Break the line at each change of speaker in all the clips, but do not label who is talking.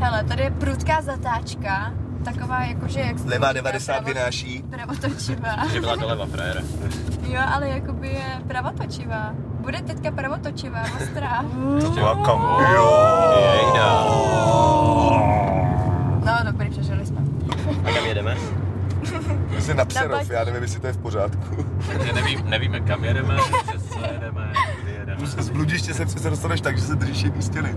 hele, tady je prudká zatáčka, taková jakože, jak se
Levá
říká,
90
pravo-
vynáší.
Pravotočivá.
Že byla to leva frajera.
jo, ale jakoby je pravotočivá. Bude teďka pravotočivá, ostrá.
To byla kam...
Jejda.
No, dobrý, přežili jsme.
A kam jedeme?
My jsme na Přerov,
Napadni.
já nevím, jestli to je v pořádku.
Takže nevím, nevíme, kam jedeme, přes co jedeme, kdy jedeme.
Z bludiště se přece dostaneš tak, že se držíš jední stěny.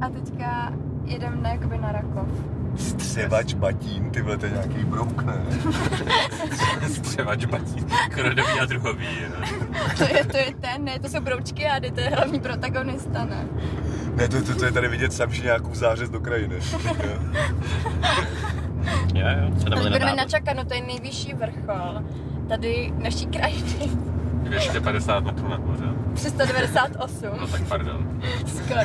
A teďka jedem na, jakoby na Rakov.
Střevač batín, ty vole, to je nějaký brouk, ne?
Střevač batí, korodový a druhový. jo.
To je, to je ten, ne, to jsou broučky a to je hlavní protagonista, ne?
Ne, to, to, to je tady vidět sam, že nějakou zářez do krajiny.
Jo, jo, co tam
Tady
byli
budeme
na
na
tábor?
Čakanu, to je nejvyšší vrchol tady naší krajiny.
250 metrů nad mořem.
398,
No tak pardon.
skoro.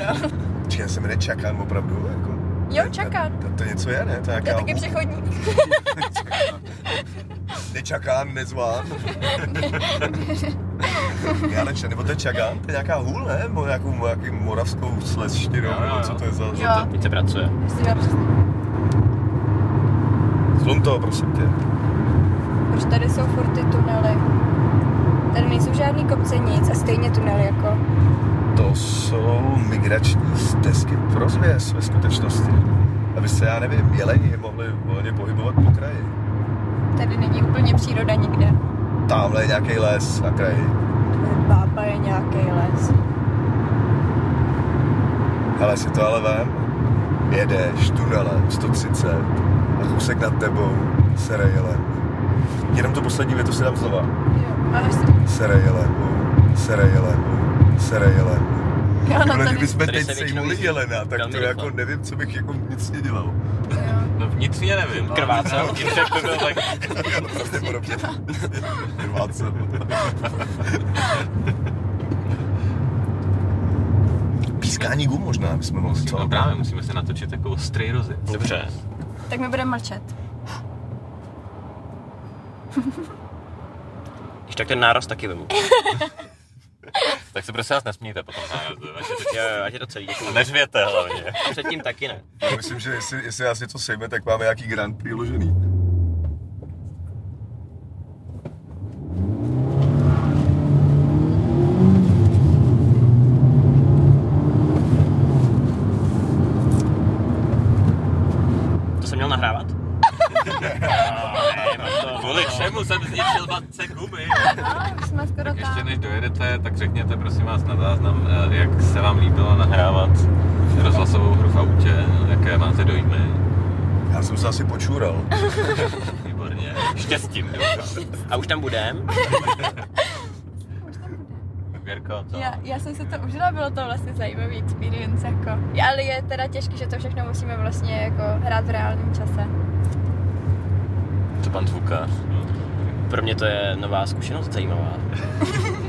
Čekaj, já se jmenuje Čakan opravdu, jako.
Jo, Čakan.
To, to, to něco je, ne? To je
To je
nějaká...
taky přechodník.
Nečakán, nezván. já nečekám, nebo to je Čagán, to je nějaká hůl, ne? Nebo nějakou nějaký moravskou slezštinou,
Jo,
nebo
jo,
co
jo.
to je za...
Jo.
za-
Teď se pracuje.
Myslím, já přesně.
Zlom to, prosím tě.
Proč tady jsou furt ty tunely? Tady nejsou žádný kopce nic a stejně tunel jako.
To jsou migrační stezky pro zvěř ve skutečnosti. Aby se, já nevím, jeleni mohli volně pohybovat po kraji.
Tady není úplně příroda nikde.
Tamhle je nějaký les na kraji.
Bába je nějaký les.
Hele, si to ale vem. Jedeš tunelem 130 a kousek nad tebou se rajelem. Jenom tu poslední větu si dám znova.
Jo, ale si...
Se rajelem, se rajelem, se rajelem.
Jo, no
Tohle,
tady...
kdybychom
tady
teď
se většinou
sejmuli
jezdí
jelena, tak
velmi
to
rychle.
jako nevím, co bych jako nic nedělal.
Jo.
No vnitřně nevím. Krvácel. Vnitřek by byl tak...
Prostě podobně. Pískání gum možná bychom mohli co?
No právě, musíme si natočit jako ostrý rozy. Dobře.
Tak my budeme mlčet.
Když tak ten náraz taky vemu.
Tak se prosím vás nesmíte potom nájezdu.
Jo, jo, ať je to celý. děkuju.
Neřvěte hlavně.
Předtím taky ne.
Já myslím, že jestli, jestli nás něco sejme, tak máme nějaký Grand Prix uložený.
To jsem měl nahrávat?
Kvůli čemu jsem zničil matce gumy?
Ale už jsme skoro
Tak ještě
tam.
než dojedete, tak řekněte prosím vás na záznam, eh, jak se vám líbilo nahrávat rozhlasovou hru v autě, jaké máte dojmy.
Já jsem se asi počúral.
Výborně. Štěstím. doufám.
A už tam budem.
Už tam bude.
Věrko, co?
Já, já jsem se to užila, bylo to vlastně zajímavý experience, jako. Ja, Ale je teda těžký, že to všechno musíme vlastně jako hrát v reálném čase.
Co pan zvukář?
Pro mě to je nová zkušenost zajímavá.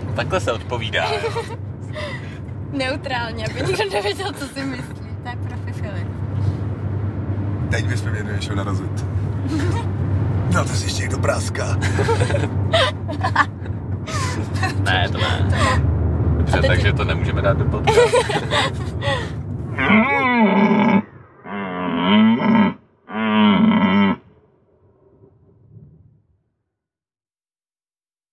No, Takhle se odpovídá. jo.
Neutrálně, aby nikdo nevěděl, co si myslí. To je profi Filip.
Teď bychom mě nešel narazit. No to jsi ještě někdo práska.
Ne, to ne.
Dobře,
teď-
takže to nemůžeme dát do podcastu.